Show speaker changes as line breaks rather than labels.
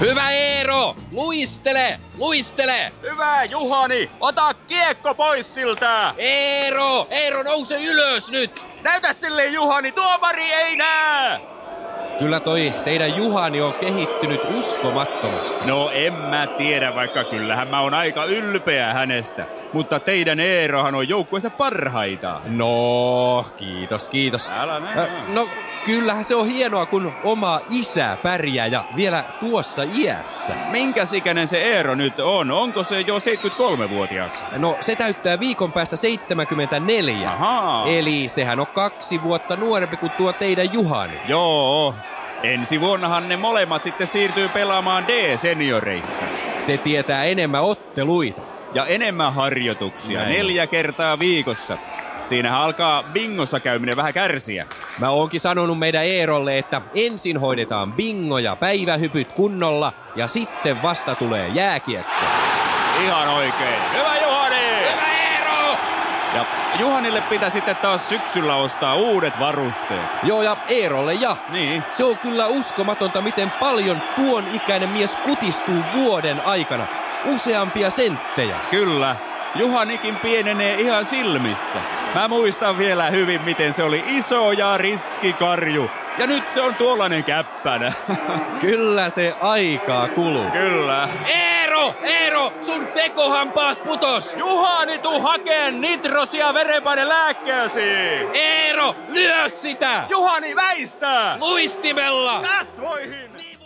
Hyvä Eero! Luistele! Luistele!
Hyvä Juhani, ota kiekko pois siltä!
Eero! Eero, nouse ylös nyt!
Näytä sille Juhani, tuomari ei näe!
Kyllä toi teidän Juhani on kehittynyt uskomattomasti.
No en mä tiedä, vaikka kyllähän mä oon aika ylpeä hänestä. Mutta teidän Eerohan on joukkueensa parhaita. Äh,
No, kiitos, kiitos.
Älä näin.
Ö, No, kyllähän se on hienoa, kun oma isä pärjää ja vielä tuossa iässä.
Minkäs ikäinen se Eero nyt on? Onko se jo 73-vuotias?
No, se täyttää viikon päästä 74.
Ahaa.
Eli sehän on kaksi vuotta nuorempi kuin tuo teidän Juhani.
Joo. Ensi vuonnahan ne molemmat sitten siirtyy pelaamaan D-senioreissa.
Se tietää enemmän otteluita.
Ja enemmän harjoituksia,
Näin on.
neljä kertaa viikossa. Siinähän alkaa bingossa käyminen vähän kärsiä.
Mä oonkin sanonut meidän Eerolle, että ensin hoidetaan bingo ja päivähypyt kunnolla ja sitten vasta tulee jääkiekko.
Ihan oikein. Hyvä Juhani!
Eero!
Ja Juhanille pitää sitten taas syksyllä ostaa uudet varusteet.
Joo ja Eerolle ja.
Niin.
Se on kyllä uskomatonta, miten paljon tuon ikäinen mies kutistuu vuoden aikana. Useampia senttejä.
Kyllä. Juhanikin pienenee ihan silmissä. Mä muistan vielä hyvin, miten se oli iso ja riskikarju. Ja nyt se on tuollainen käppänä.
Kyllä se aikaa kuluu.
Kyllä.
Eero! Eero! Sun tekohampaat putos!
Juhani, tuu hakee nitrosia verenpainelääkkeesi!
Eero! Lyö sitä!
Juhani, väistää!
Luistimella!
Kasvoihin!